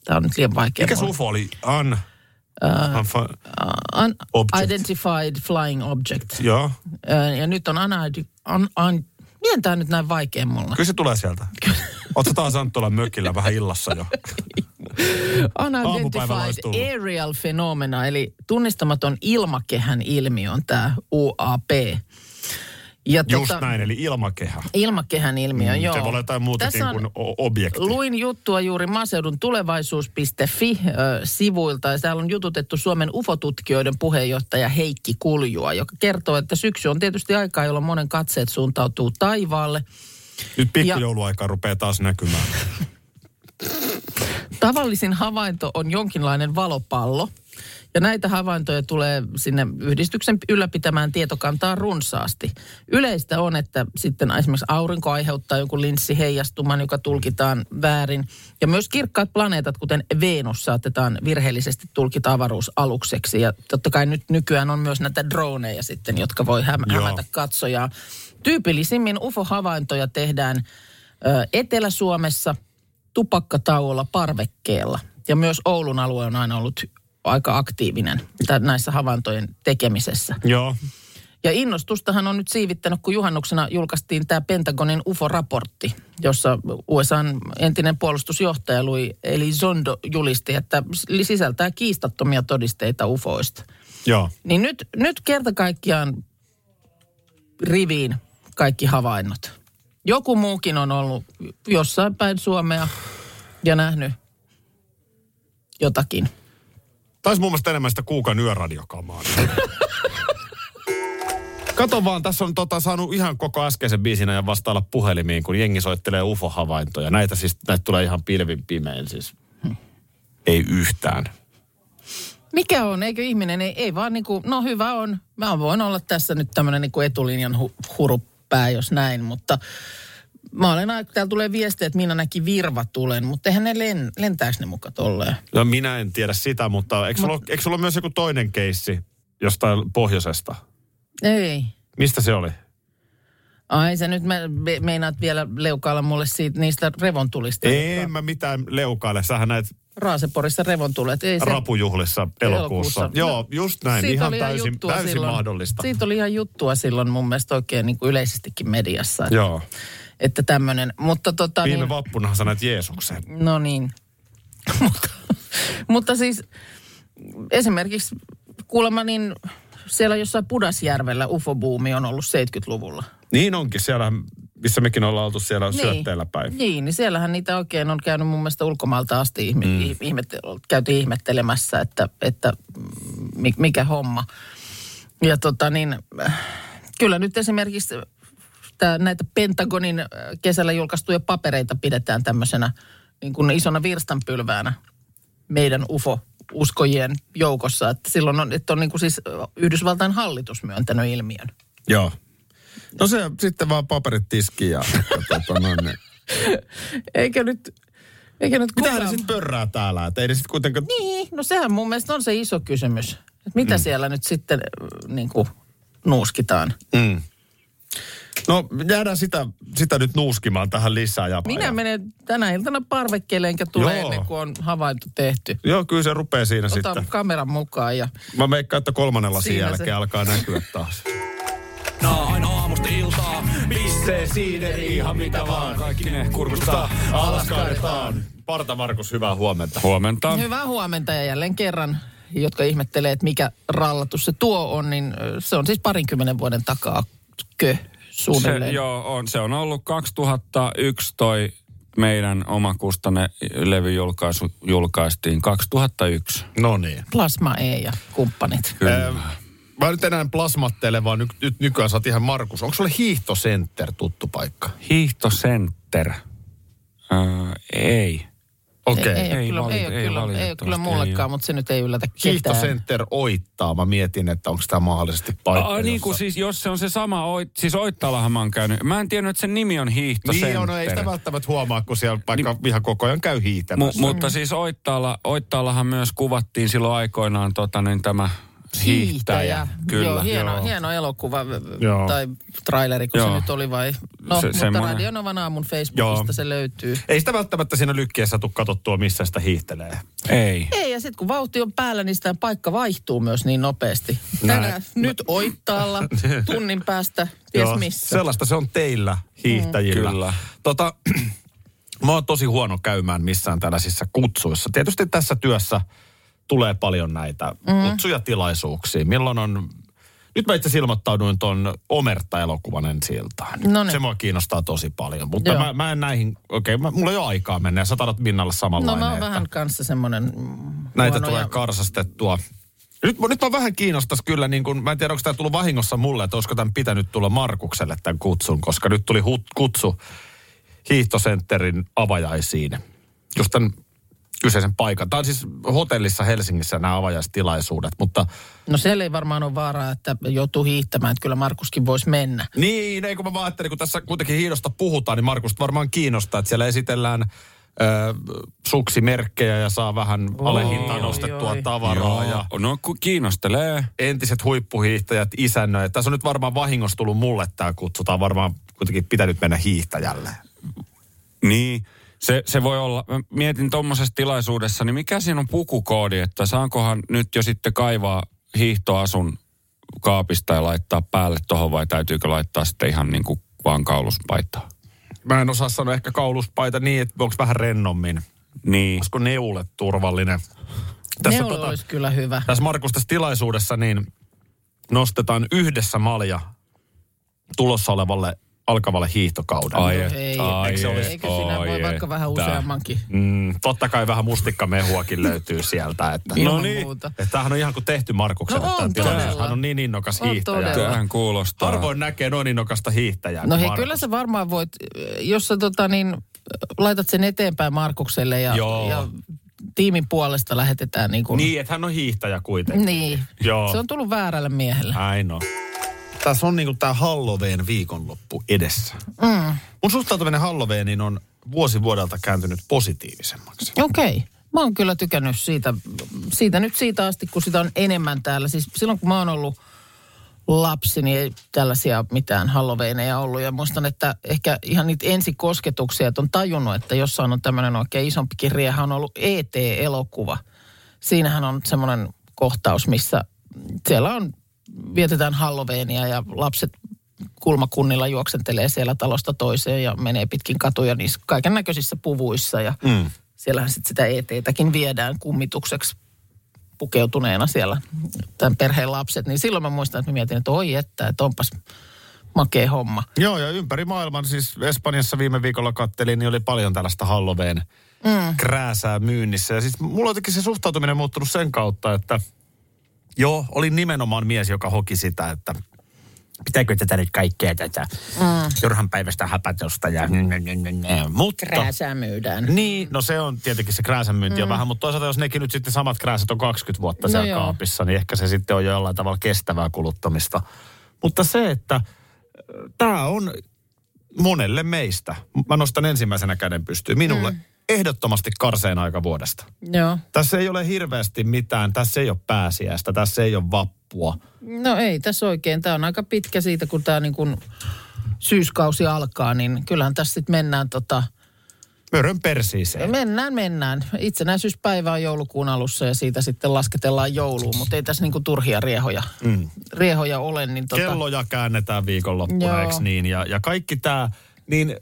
[SPEAKER 3] Tämä on nyt liian vaikea.
[SPEAKER 2] Mikä
[SPEAKER 3] mulle.
[SPEAKER 2] sufo oli? An.
[SPEAKER 3] Äh,
[SPEAKER 2] Uh,
[SPEAKER 3] Un-
[SPEAKER 2] Object.
[SPEAKER 3] Identified Flying Object.
[SPEAKER 2] Joo.
[SPEAKER 3] Ö, Ja nyt on unid... Un, un, Miten tämä nyt näin vaikea mulla?
[SPEAKER 2] Kyllä se tulee sieltä. Oletko taas Anttolan mökillä vähän illassa jo?
[SPEAKER 3] Tota-
[SPEAKER 2] Aamupäivä loistuu.
[SPEAKER 3] Unidentified Aerial Phenomena, eli tunnistamaton ilmakehän ilmiö on tämä UAP. Ja tota,
[SPEAKER 2] Just näin, eli ilmakehä.
[SPEAKER 3] Ilmakehän ilmiö,
[SPEAKER 2] Mm,
[SPEAKER 3] joo.
[SPEAKER 2] Se voi olla jotain muutakin
[SPEAKER 3] Tässä on-
[SPEAKER 2] kuin o- objekti.
[SPEAKER 3] Luin juttua juuri maaseudun tulevaisuus.fi-sivuilta ja täällä on jututettu Suomen ufotutkijoiden puheenjohtaja Heikki Kuljua, joka kertoo, että syksy on tietysti aikaa, jolloin monen katseet suuntautuu taivaalle.
[SPEAKER 2] Nyt pikkujouluaika rupeaa taas näkymään.
[SPEAKER 3] Tavallisin havainto on jonkinlainen valopallo. Ja näitä havaintoja tulee sinne yhdistyksen ylläpitämään tietokantaa runsaasti. Yleistä on, että sitten esimerkiksi aurinko aiheuttaa jonkun linssiheijastuman, joka tulkitaan väärin. Ja myös kirkkaat planeetat, kuten Venus, saatetaan virheellisesti tulkita avaruusalukseksi. Ja totta kai nyt nykyään on myös näitä droneja sitten, jotka voi häm-
[SPEAKER 2] Joo.
[SPEAKER 3] hämätä katsojaa. Tyypillisimmin UFO-havaintoja tehdään ö, Etelä-Suomessa tupakkatauolla parvekkeella. Ja myös Oulun alue on aina ollut aika aktiivinen tä- näissä havaintojen tekemisessä.
[SPEAKER 2] Joo.
[SPEAKER 3] Ja innostustahan on nyt siivittänyt, kun juhannuksena julkaistiin tämä Pentagonin UFO-raportti, jossa USAn entinen puolustusjohtaja Lui eli Zondo julisti, että s- sisältää kiistattomia todisteita UFOista.
[SPEAKER 2] Joo.
[SPEAKER 3] Niin nyt, nyt kerta kaikkiaan riviin kaikki havainnot. Joku muukin on ollut jossain päin Suomea ja nähnyt jotakin.
[SPEAKER 2] Taisi mun mielestä enemmän sitä kuukan yöradiokamaa. Kato vaan, tässä on tota, saanut ihan koko äskeisen biisin ja vastailla puhelimiin, kun jengi soittelee UFO-havaintoja. Näitä siis, näitä tulee ihan pilvin pimein siis.
[SPEAKER 3] Hmm.
[SPEAKER 2] Ei yhtään.
[SPEAKER 3] Mikä on? Eikö ihminen? Ei, ei vaan niin kuin, no hyvä on. Mä voin olla tässä nyt tämmöinen niin etulinjan hu, huruppää, jos näin, mutta mä olen aika, täällä tulee viesti, että minä näki virvatulen, mutta eihän ne len, lentääks ne muka tolleen?
[SPEAKER 2] No minä en tiedä sitä, mutta eikö sulla, eikö sulla ole myös joku toinen keissi jostain pohjoisesta?
[SPEAKER 3] Ei.
[SPEAKER 2] Mistä se oli?
[SPEAKER 3] Ai sä nyt me, me, meinaat vielä leukailla mulle siitä, niistä revontulista.
[SPEAKER 2] En mä mitään leukaile. Sähän näet
[SPEAKER 3] Raaseporissa revontulet. Ei se,
[SPEAKER 2] rapujuhlissa elokuussa.
[SPEAKER 3] Elokuussa.
[SPEAKER 2] Joo,
[SPEAKER 3] No,
[SPEAKER 2] just näin.
[SPEAKER 3] siitä
[SPEAKER 2] ihan
[SPEAKER 3] oli ihan
[SPEAKER 2] täysin,
[SPEAKER 3] juttua
[SPEAKER 2] täysin
[SPEAKER 3] silloin.
[SPEAKER 2] mahdollista.
[SPEAKER 3] Siitä oli ihan juttua silloin mun mielestä oikein niin kuin yleisestikin mediassa. Että,
[SPEAKER 2] Joo.
[SPEAKER 3] että tämmöinen. Mutta tota
[SPEAKER 2] Viime
[SPEAKER 3] niin,
[SPEAKER 2] vappunahan sä näet Jeesuksen.
[SPEAKER 3] No niin. mutta, mutta siis esimerkiksi kuulemma niin siellä jossain Pudasjärvellä UFO-buumi on ollut 70-luvulla.
[SPEAKER 2] Niin onkin, siellä missä mekin ollaan oltu siellä niin. syötteellä päin.
[SPEAKER 3] Niin, niin siellähän niitä oikein on käynyt mun mielestä ulkomailta asti ihme, mm. ihmette, käyty ihmettelemässä, että, että mi- mikä homma. Ja tota niin, äh, kyllä nyt esimerkiksi tää, näitä Pentagonin äh, kesällä julkaistuja papereita pidetään tämmöisenä niin kuin isona virstanpylväänä meidän UFO uskojien joukossa, että silloin on, että on niin kuin siis äh, Yhdysvaltain hallitus myöntänyt ilmiön.
[SPEAKER 2] Joo. No se sitten vaan paperit tiskiin ja... tota, no, niin.
[SPEAKER 3] Eikä nyt, eikä nyt
[SPEAKER 2] Mitä
[SPEAKER 3] kukaan-
[SPEAKER 2] hän sitten pörrää täällä? Et ei ne sitten kuitenkaan...
[SPEAKER 3] Niin, no sehän mun mielestä on se iso kysymys. Et mitä mm. siellä nyt sitten äh, niin kuin, nuuskitaan?
[SPEAKER 2] Mm. No jäädään sitä, sitä nyt nuuskimaan tähän lisää. Ja
[SPEAKER 3] Minä
[SPEAKER 2] ja-
[SPEAKER 3] menen tänä iltana parvekkeelle, enkä tule
[SPEAKER 2] Joo.
[SPEAKER 3] Joo. ennen kuin on havainto tehty.
[SPEAKER 2] Joo, kyllä se rupeaa siinä
[SPEAKER 3] Ota
[SPEAKER 2] sitten.
[SPEAKER 3] kameran mukaan ja
[SPEAKER 2] Mä veikkaan, että kolmannen lasin
[SPEAKER 3] Siinä se.
[SPEAKER 2] jälkeen alkaa näkyä taas.
[SPEAKER 4] Nää aina aamusta iltaa, pissee siideri ihan mitä vaan. Kaikki ne kurkusta
[SPEAKER 2] Alas kaadetaan. Parta Markus, hyvää huomenta.
[SPEAKER 4] Huomenta.
[SPEAKER 3] hyvää huomenta ja jälleen kerran, jotka ihmettelee, että mikä rallatus se tuo on, niin ö, se on siis parinkymmenen vuoden takaa kö
[SPEAKER 4] Se,
[SPEAKER 3] suunnilleen.
[SPEAKER 4] joo, on. Se on ollut 2001 toi meidän oma kustanne levy julkaisu, julkaistiin 2001.
[SPEAKER 2] No niin.
[SPEAKER 3] Plasma E ja kumppanit.
[SPEAKER 2] Ö, Öö, Mä nyt enää plasmattele, vaan nyt, nyt nykyään sä oot ihan Markus. Onko sulle hiihtosenter tuttu paikka?
[SPEAKER 4] Hiihtocenter. Öö, ei.
[SPEAKER 2] Okei.
[SPEAKER 3] Ei, ei,
[SPEAKER 4] Ei
[SPEAKER 3] ei, kyllä,
[SPEAKER 4] valit-
[SPEAKER 3] ei, ole
[SPEAKER 4] ei
[SPEAKER 3] kyllä, ei ole
[SPEAKER 4] valitettavasti,
[SPEAKER 3] kyllä
[SPEAKER 4] ei ole.
[SPEAKER 3] mullekaan, mutta se nyt ei yllätä ketään.
[SPEAKER 2] Hiihtocenter oittaa. Mä mietin, että onko tämä mahdollisesti paikka.
[SPEAKER 4] Aa, niin kuin
[SPEAKER 2] jossa-
[SPEAKER 4] siis, jos se on se sama, oit, siis Oittalahan mä oon käynyt. Mä en tiennyt, että sen nimi on hiihtocenter. Niin.
[SPEAKER 2] Niin on, ei sitä välttämättä huomaa, kun siellä vaikka ihan koko ajan käy hiitämässä.
[SPEAKER 4] Mu- mutta siis Oittaalla, Oittaallahan myös kuvattiin silloin aikoinaan tota, niin tämä hiihtäjä. Kyllä.
[SPEAKER 3] joo, hieno,
[SPEAKER 4] joo.
[SPEAKER 3] hieno elokuva
[SPEAKER 2] Joo.
[SPEAKER 3] joo. tai traileri, kun
[SPEAKER 4] Joo.
[SPEAKER 3] se nyt oli vai? No,
[SPEAKER 4] Se-
[SPEAKER 3] se, mutta
[SPEAKER 4] semmoinen.
[SPEAKER 3] Radionovan aamun Facebookista
[SPEAKER 2] Joo.
[SPEAKER 3] joo. se löytyy.
[SPEAKER 2] Ei sitä välttämättä siinä lykkeessä tule katsottua, missä sitä hiihtelee.
[SPEAKER 4] Ei.
[SPEAKER 3] Ei, ja sitten kun vauhti on päällä, niin sitä paikka vaihtuu myös niin nopeasti. Tänään,
[SPEAKER 2] Näin.
[SPEAKER 3] nyt Oittaalla, tunnin päästä, ties
[SPEAKER 2] Joo,
[SPEAKER 3] missä.
[SPEAKER 2] Sellaista se on teillä hiihtäjillä.
[SPEAKER 4] Mm. Kyllä.
[SPEAKER 2] Tota, mä oon tosi huono käymään missään tällaisissa kutsuissa. Tietysti tässä työssä tulee paljon näitä mm. kutsuja tilaisuuksia. Milloin on... Nyt mä itse asiassa ilmoittauduin tuon Omerta-elokuvan ensi iltaan.
[SPEAKER 3] Noniin.
[SPEAKER 2] Se mua kiinnostaa tosi paljon. Mutta
[SPEAKER 3] Joo.
[SPEAKER 2] mä, mä, en näihin... Okei, okay, mulla ei ole aikaa mennä ja sä tarvitset Minnalla
[SPEAKER 3] No
[SPEAKER 2] samanlainen.
[SPEAKER 3] mä oon
[SPEAKER 2] että-
[SPEAKER 3] vähän kanssa semmoinen
[SPEAKER 2] Näitä tulee karsastettua. Nyt, nyt mä vähän kiinnostaisi kyllä, niin kun, mä en tiedä onko tämä tullut vahingossa mulle, että olisiko tämän pitänyt tulla Markukselle tämän kutsun, koska nyt tuli hut, kutsu hiihtosentterin avajaisiin. Just tämän kyseisen paikan. Tämä on siis hotellissa Helsingissä nämä avajaistilaisuudet, mutta
[SPEAKER 3] No siellä ei varmaan ole vaaraa, että joutuu hiihtämään, että kyllä Markuskin voisi mennä.
[SPEAKER 2] niin, ei kun mä vaan ajattelin, kun tässä kuitenkin hiidosta puhutaan, niin Markusta varmaan kiinnostaa, että siellä esitellään ö, suksimerkkejä ja saa vähän alehintaan
[SPEAKER 3] oi,
[SPEAKER 2] nostettua
[SPEAKER 3] oi.
[SPEAKER 2] tavaraa. Ja,
[SPEAKER 4] No ku kiinnostelee.
[SPEAKER 2] entiset huippuhiihtäjät, isännöjät. Tässä on nyt varmaan vahingossa tullut mulle tämä kutsu. Tämä on varmaan kuitenkin pitänyt mennä hiihtäjälle.
[SPEAKER 4] Niin. Se, se voi olla. Mä mietin tuommoisessa tilaisuudessa, niin mikä siinä on pukukoodi, että saankohan nyt jo sitten kaivaa hiihtoasun kaapista ja laittaa päälle tohon vai täytyykö laittaa sitten ihan niin kuin vaan kauluspaitaa?
[SPEAKER 2] Mä en osaa sanoa ehkä kauluspaita niin, että onko vähän rennommin.
[SPEAKER 4] Niin.
[SPEAKER 2] Olisiko neule turvallinen? tota,
[SPEAKER 3] Tässä Neula olisi kyllä hyvä.
[SPEAKER 2] tässä Markus tässä tilaisuudessa niin nostetaan yhdessä malja tulossa olevalle alkavalle hiihtokaudelle.
[SPEAKER 4] Ai et,
[SPEAKER 3] No Ei,
[SPEAKER 4] ai
[SPEAKER 3] eikö,
[SPEAKER 4] et,
[SPEAKER 3] eikö siinä
[SPEAKER 4] ai
[SPEAKER 3] voi vaikka
[SPEAKER 4] että.
[SPEAKER 3] vähän useammankin?
[SPEAKER 2] Mm, totta kai vähän mustikkamehuakin löytyy sieltä. Että.
[SPEAKER 3] Ilman
[SPEAKER 4] No niin.
[SPEAKER 3] muuta.
[SPEAKER 2] Että Tämähän on ihan kuin tehty Markukselle
[SPEAKER 3] No on
[SPEAKER 2] tämä tilaisuus.
[SPEAKER 3] todella.
[SPEAKER 2] Hän on niin innokas
[SPEAKER 3] On
[SPEAKER 2] hiihtäjä.
[SPEAKER 3] todella.
[SPEAKER 4] Tähän kuulostaa.
[SPEAKER 2] Harvoin näkee noin innokasta hiihtäjää.
[SPEAKER 3] No
[SPEAKER 2] kuin
[SPEAKER 3] hei,
[SPEAKER 2] Markus.
[SPEAKER 3] kyllä sä varmaan voit, jos sä tota niin, laitat sen eteenpäin Markukselle ja,
[SPEAKER 2] Joo.
[SPEAKER 3] ja tiimin puolesta lähetetään niin kuin...
[SPEAKER 2] Niin, että hän on hiihtäjä kuitenkin.
[SPEAKER 3] niin.
[SPEAKER 2] Joo.
[SPEAKER 3] Se on tullut väärälle miehelle.
[SPEAKER 2] Näin on. Tässä on niinku tää Halloween viikonloppu edessä.
[SPEAKER 3] Mm.
[SPEAKER 2] Mun suhtautuminen Halloweeniin on vuosi vuodelta kääntynyt positiivisemmaksi.
[SPEAKER 3] Okei. Okay. Mä oon kyllä tykännyt siitä, siitä nyt siitä asti, kun sitä on enemmän täällä. Siis silloin, kun mä oon ollut lapsi, niin ei tällaisia mitään halloweeneja ollut. Ja muistan, että ehkä ihan niitä ensikosketuksia, että on tajunnut, että jossain on tämmöinen oikein isompikin rieha, on ollut E ET-elokuva. Siinähän on semmoinen kohtaus, missä siellä on, vietetään halloweenia ja lapset kulmakunnilla juoksentelee siellä talosta toiseen ja menee pitkin katuja niissä kaiken näköisissä puvuissa. Ja mm. siellähän sitten sitä ET-täkin viedään kummitukseksi pukeutuneena siellä tämän perheen lapset, niin silloin mä muistan, että mä mietin, että oi että, että onpas makea homma.
[SPEAKER 2] Joo, ja ympäri maailman, siis Espanjassa viime viikolla kattelin, niin oli paljon tällaista Halloween krääsää myynnissä. Ja siis mulla on jotenkin se suhtautuminen muuttunut sen kautta, että joo, oli nimenomaan mies, joka hoki sitä, että pitääkö tätä nyt kaikkea tätä mm. päivästä häpätöstä ja mutta...
[SPEAKER 3] Krääsää myydään.
[SPEAKER 2] Niin, no se on tietenkin se krääsän myynti on vähän, mutta toisaalta jos nekin nyt sitten samat krääsät on 20 vuotta
[SPEAKER 3] Mm. No
[SPEAKER 2] siellä
[SPEAKER 3] joo.
[SPEAKER 2] kaapissa, niin ehkä se sitten on jollain tavalla kestävää kuluttamista. Mutta se, että tämä on monelle meistä, mä nostan ensimmäisenä käden pystyyn, minulle mm. ehdottomasti karsein aika vuodesta.
[SPEAKER 3] Joo.
[SPEAKER 2] Tässä ei ole hirveästi mitään, tässä ei ole pääsiäistä, tässä ei ole vappua.
[SPEAKER 3] No ei tässä oikein. Tämä on aika pitkä siitä, kun tämä niin kuin syyskausi alkaa, niin kyllähän tässä sitten mennään tota,
[SPEAKER 2] Mörön persiiseen.
[SPEAKER 3] mennään, mennään. Itsenäisyyspäivä on joulukuun alussa ja siitä sitten lasketellaan jouluun, mutta ei tässä niin kuin turhia riehoja, mm. riehoja ole. Niin tota,
[SPEAKER 2] Kelloja käännetään viikonloppuna,
[SPEAKER 3] Joo.
[SPEAKER 2] eikö niin? Ja, ja kaikki tämä, niin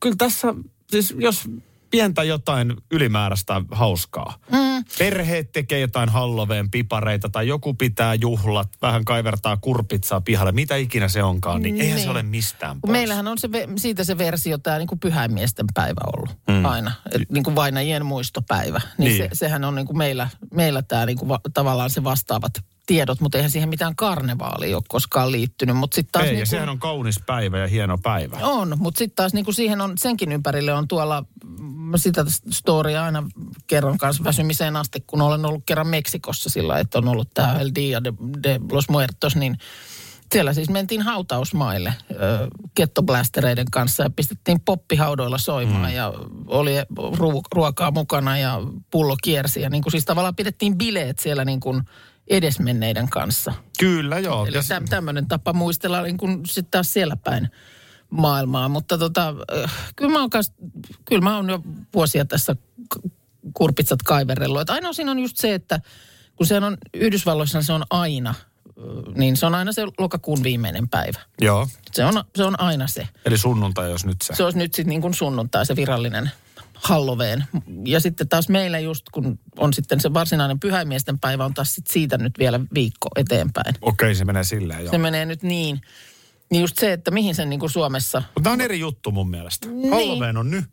[SPEAKER 2] kyllä tässä, siis jos pientä jotain ylimääräistä hauskaa. Mm. Perheet tekee jotain Halloween pipareita tai joku pitää juhlat, vähän kaivertaa kurpitsaa pihalle, mitä ikinä se onkaan, niin, niin. eihän se ole mistään
[SPEAKER 3] Kun
[SPEAKER 2] pois.
[SPEAKER 3] Meillähän on se, ve- siitä se versio, tämä niin kuin pyhäinmiesten päivä ollut mm. aina, Et niin kuin vainajien muistopäivä. Niin,
[SPEAKER 2] Niin.
[SPEAKER 3] niin. Se, sehän on niin kuin meillä, meillä tämä niin kuin va, tavallaan se vastaavat tiedot, mutta eihän siihen mitään karnevaalia ole koskaan liittynyt. Mutta sitten taas
[SPEAKER 2] Ei, ja
[SPEAKER 3] niin
[SPEAKER 2] sehän on kaunis päivä ja hieno päivä.
[SPEAKER 3] niinku on, mutta sitten taas niin kuin siihen on, senkin ympärille on tuolla mm, mä sitä storia aina kerron kanssa väsymiseen asti, kun olen ollut kerran Meksikossa sillä, että on ollut tämä El Dia de, de los Muertos, niin siellä siis mentiin hautausmaille ö, kettoblastereiden kanssa ja pistettiin poppihaudoilla soimaan mm. ja oli ru- ruokaa mukana ja pullo kiersi. Ja niin kuin, siis tavallaan pidettiin bileet siellä niin kuin edesmenneiden kanssa.
[SPEAKER 2] Kyllä, joo.
[SPEAKER 3] Eli
[SPEAKER 2] Ja
[SPEAKER 3] tä- tämmöinen tapa muistella niin kuin sit taas siellä päin maailmaa. Mutta tota, äh, kyllä, mä oon kas, kyllä mä oon jo vuosia tässä k- kurpitsat kaiverellut. Et ainoa siinä on just se, että kun se on Yhdysvalloissa se on aina, äh, niin se on aina se lokakuun viimeinen päivä.
[SPEAKER 2] Joo,
[SPEAKER 3] Se on, se on aina se.
[SPEAKER 2] eli sunnuntai, jos nyt se.
[SPEAKER 3] Se olisi nyt sitten niin kuin sunnuntai se virallinen Halloween. Ja sitten taas meillä just, kun on sitten se varsinainen pyhäinmiesten päivä, on taas sit siitä nyt vielä viikko eteenpäin.
[SPEAKER 2] Okei, se menee silleen, joo.
[SPEAKER 3] Se menee nyt niin. Niin just se, että mihin sen niin kuin Suomessa...
[SPEAKER 2] Mutta tämä on eri juttu mun mielestä. Niin. Halloween on nyt,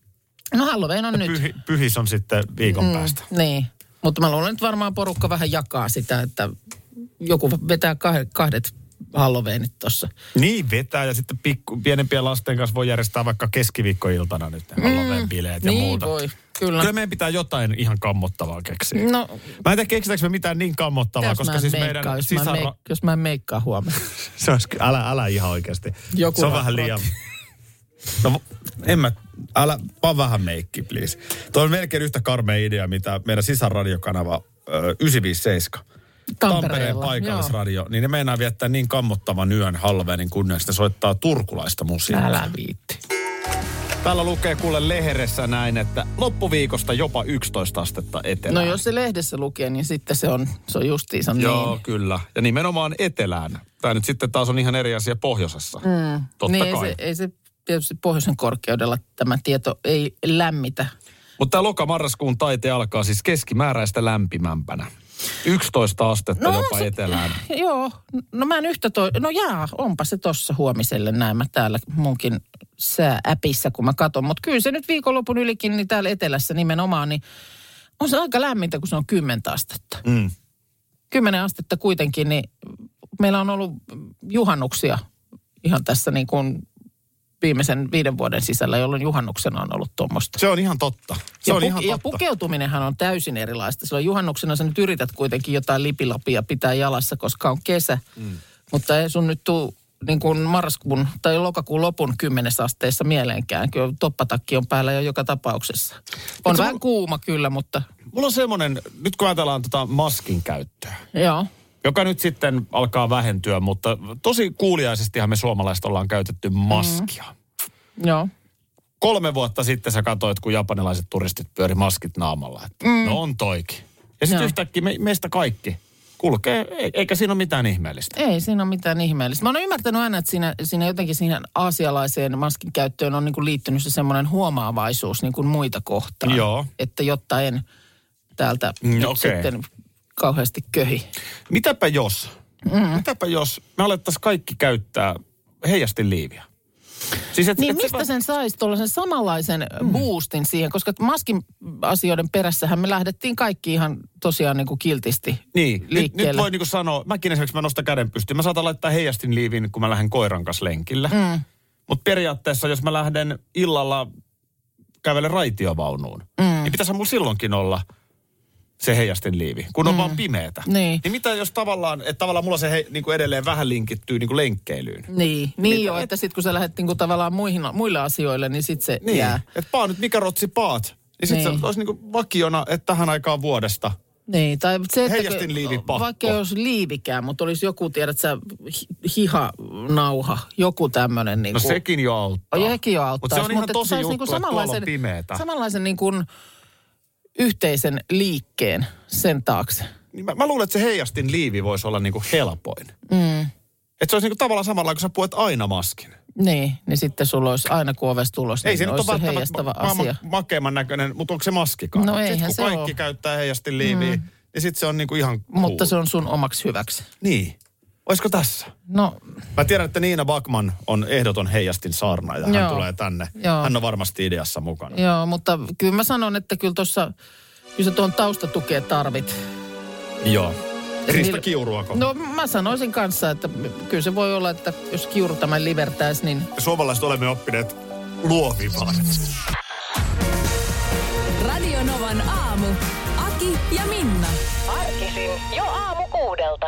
[SPEAKER 3] No Halloween on nyt.
[SPEAKER 2] Pyhi, pyhis on sitten viikon mm. päästä.
[SPEAKER 3] Niin, mutta mä luulen, että varmaan porukka vähän jakaa sitä, että joku vetää kah- kahdet Halloweenit tuossa.
[SPEAKER 2] Niin vetää ja sitten pikku, pienempien lasten kanssa voi järjestää vaikka keskiviikkoiltana nyt ne Halloween-bileet ja
[SPEAKER 3] niin
[SPEAKER 2] muuta.
[SPEAKER 3] voi, kyllä.
[SPEAKER 2] Kyllä meidän pitää jotain ihan kammottavaa keksiä.
[SPEAKER 3] No,
[SPEAKER 2] Mä en tiedä, keksitäänkö me mitään niin kammottavaa,
[SPEAKER 3] jos
[SPEAKER 2] koska
[SPEAKER 3] mä en
[SPEAKER 2] siis meidän
[SPEAKER 3] meikkaa, jos, mä
[SPEAKER 2] sisar...
[SPEAKER 3] en meik- jos mä en meikkaa huomenna.
[SPEAKER 2] Se olisi, ky- älä, älä ihan oikeasti.
[SPEAKER 3] Joku
[SPEAKER 2] se on
[SPEAKER 3] vaan
[SPEAKER 2] vähän
[SPEAKER 3] rot-
[SPEAKER 2] liian... No en mä, älä, vaan vähän meikki, please. Tuo on melkein yhtä karmea idea, mitä meidän sisarradiokanava ö, 957. Tampereen paikallisradio, joo. niin ne meinaa viettää niin kammottavan yön Halloweenin kunniaksi, että soittaa turkulaista
[SPEAKER 3] Joo.
[SPEAKER 2] musiikkia.
[SPEAKER 3] Älä viitti.
[SPEAKER 2] Täällä lukee kuule lehdessä näin, että loppuviikosta jopa 11 astetta
[SPEAKER 3] No
[SPEAKER 2] etelään.
[SPEAKER 3] jos se lehdessä lukee, niin sitten se on, se on justiinsa
[SPEAKER 2] Joo,
[SPEAKER 3] niin.
[SPEAKER 2] kyllä. Ja nimenomaan etelään. Tämä nyt sitten taas on ihan eri asia pohjoisessa. Mm. Totta
[SPEAKER 3] niin
[SPEAKER 2] kai.
[SPEAKER 3] Ei se, ei se tietysti pohjoisen korkeudella tämä tieto ei lämmitä.
[SPEAKER 2] Mutta tämä lokamarraskuun taite alkaa siis keskimääräistä lämpimämpänä. 11 astetta
[SPEAKER 3] on
[SPEAKER 2] jopa
[SPEAKER 3] No se-
[SPEAKER 2] etelään.
[SPEAKER 3] Joo, no mä en yhtä toi, no jaa, onpa se tossa huomiselle näin mä täällä munkin säääpissä, kun mä katon. Mutta kyllä se nyt viikonlopun ylikin, niin täällä etelässä nimenomaan, niin on se aika lämmintä, kun se on 10 astetta.
[SPEAKER 2] Mm.
[SPEAKER 3] 10 astetta kuitenkin, niin meillä on ollut juhannuksia ihan tässä niin kuin viimeisen viiden vuoden sisällä, jolloin juhannuksena on ollut tuommoista.
[SPEAKER 2] Se on ihan totta. Se
[SPEAKER 3] ja,
[SPEAKER 2] on ihan
[SPEAKER 3] ja
[SPEAKER 2] totta.
[SPEAKER 3] pukeutuminenhan on täysin erilaista. Silloin juhannuksena sä nyt yrität kuitenkin jotain lipilapia pitää jalassa, koska on kesä. Mm. Mutta ei sun nyt tuu niin kuin marraskuun tai lokakuun lopun kymmenessä asteessa mieleenkään. Kyllä toppatakki on päällä jo joka tapauksessa. On
[SPEAKER 2] se
[SPEAKER 3] vähän kuuma kyllä, mutta
[SPEAKER 2] Mulla on semmoinen, nyt kun ajatellaan tota maskin käyttöä,
[SPEAKER 3] joo.
[SPEAKER 2] joka nyt sitten alkaa vähentyä, mutta tosi kuuliaisestihan me suomalaiset ollaan käytetty maskia. Mm.
[SPEAKER 3] joo.
[SPEAKER 2] Kolme vuotta sitten sä katsoit, kun japanilaiset turistit pyöri maskit naamalla. Että mm. No on toikin. Ja sitten
[SPEAKER 3] Joo.
[SPEAKER 2] yhtäkkiä me, meistä kaikki kulkee, e- eikä siinä ole mitään ihmeellistä.
[SPEAKER 3] Ei siinä ole mitään ihmeellistä. Mä oon ymmärtänyt aina, että siinä, siinä jotenkin siinä aasialaiseen maskin käyttöön on niin kuin liittynyt se semmoinen huomaavaisuus niin kuin muita kohtaan.
[SPEAKER 2] Joo.
[SPEAKER 3] Että jotta en täältä
[SPEAKER 2] Mm,
[SPEAKER 3] nyt
[SPEAKER 2] okei.
[SPEAKER 3] sitten kauheasti köhi.
[SPEAKER 2] Mitäpä jos? Mm. Mitäpä jos me alettaisiin kaikki käyttää heijasti liiviä? Siis et,
[SPEAKER 3] Niin
[SPEAKER 2] et se
[SPEAKER 3] mistä
[SPEAKER 2] vaan-
[SPEAKER 3] sen saisi tuollaisen samanlaisen mm. boostin siihen? Koska maskin asioiden perässähän me lähdettiin kaikki ihan tosiaan niin kuin kiltisti
[SPEAKER 2] Niin, nyt, nyt
[SPEAKER 3] liikkeelle.
[SPEAKER 2] voi niinku sanoa, mäkin esimerkiksi mä nostan käden pystyyn. Mä saatan laittaa heijastin liivin, kun mä lähden koiran kanssa lenkillä. Mm. Mutta periaatteessa, jos mä lähden illalla kävelen raitiovaunuun, mm. niin pitäisi mulla silloinkin olla se heijastin liivi, kun on mm. vaan pimeetä.
[SPEAKER 3] Niin.
[SPEAKER 2] niin mitä jos tavallaan, että tavallaan mulla se he, niinku edelleen vähän linkittyy niinku lenkkeilyyn.
[SPEAKER 3] Niin, niin joo, että sitten kun sä lähdet niin kuin tavallaan muihin, muille asioille, niin sitten se
[SPEAKER 2] Niin,
[SPEAKER 3] jää.
[SPEAKER 2] yeah. että paa nyt mikä rotsi paat. Niin sit
[SPEAKER 3] Niin.
[SPEAKER 2] se olisi niinku vakiona, että tähän aikaan vuodesta.
[SPEAKER 3] Niin, tai se, että
[SPEAKER 2] Heijastin liivi pakko.
[SPEAKER 3] vaikka ei olisi liivikään, mutta olisi joku, tiedät sä, hi- hihanauha, joku tämmöinen. Niin
[SPEAKER 2] No
[SPEAKER 3] kuin,
[SPEAKER 2] sekin jo auttaa.
[SPEAKER 3] Ja hekin jo auttaisi.
[SPEAKER 2] Mutta se on ihan
[SPEAKER 3] että
[SPEAKER 2] tosi
[SPEAKER 3] saisi
[SPEAKER 2] juttu,
[SPEAKER 3] niinku
[SPEAKER 2] että tuolla on pimeetä.
[SPEAKER 3] Samanlaisen niin kuin yhteisen liikkeen sen taakse.
[SPEAKER 2] niin mä, mä luulen, että se heijastin liivi voisi olla niinku helpoin. Mm. Että se olisi niinku tavallaan samalla, kun sä puet aina maskin.
[SPEAKER 3] Niin, niin sitten sulla olisi aina kun ovesta tulos,
[SPEAKER 2] Ei
[SPEAKER 3] niin
[SPEAKER 2] se nyt ole
[SPEAKER 3] olisi se
[SPEAKER 2] välttämättä
[SPEAKER 3] heijastava
[SPEAKER 2] ma-
[SPEAKER 3] asia.
[SPEAKER 2] maailman makeimman näköinen, mutta onko se maskikaan?
[SPEAKER 3] No
[SPEAKER 2] Sitten
[SPEAKER 3] eihän
[SPEAKER 2] kun
[SPEAKER 3] se
[SPEAKER 2] kaikki
[SPEAKER 3] ole.
[SPEAKER 2] käyttää heijastin liiviä, mm. niin sitten se on niinku ihan cool.
[SPEAKER 3] Mutta se on sun omaksi hyväksi.
[SPEAKER 2] Niin. Olisiko tässä?
[SPEAKER 3] No,
[SPEAKER 2] Mä tiedän, että Niina Bakman on ehdoton heijastin saarna ja hän
[SPEAKER 3] Joo.
[SPEAKER 2] tulee tänne.
[SPEAKER 3] Joo.
[SPEAKER 2] Hän on varmasti ideassa mukana.
[SPEAKER 3] joo, mutta kyllä mä sanon, että kyllä tuossa, kyllä sä tuon taustatukea tarvit.
[SPEAKER 2] Joo. Krista
[SPEAKER 3] mil-
[SPEAKER 2] Kiuruako?
[SPEAKER 3] No mä sanoisin kanssa, että kyllä se voi olla, että jos kiuru tämän livertäisi, niin
[SPEAKER 2] Suomalaiset olemme oppineet luovimaan.
[SPEAKER 1] ja Minna.
[SPEAKER 8] Arkisin jo aamu kuudelta.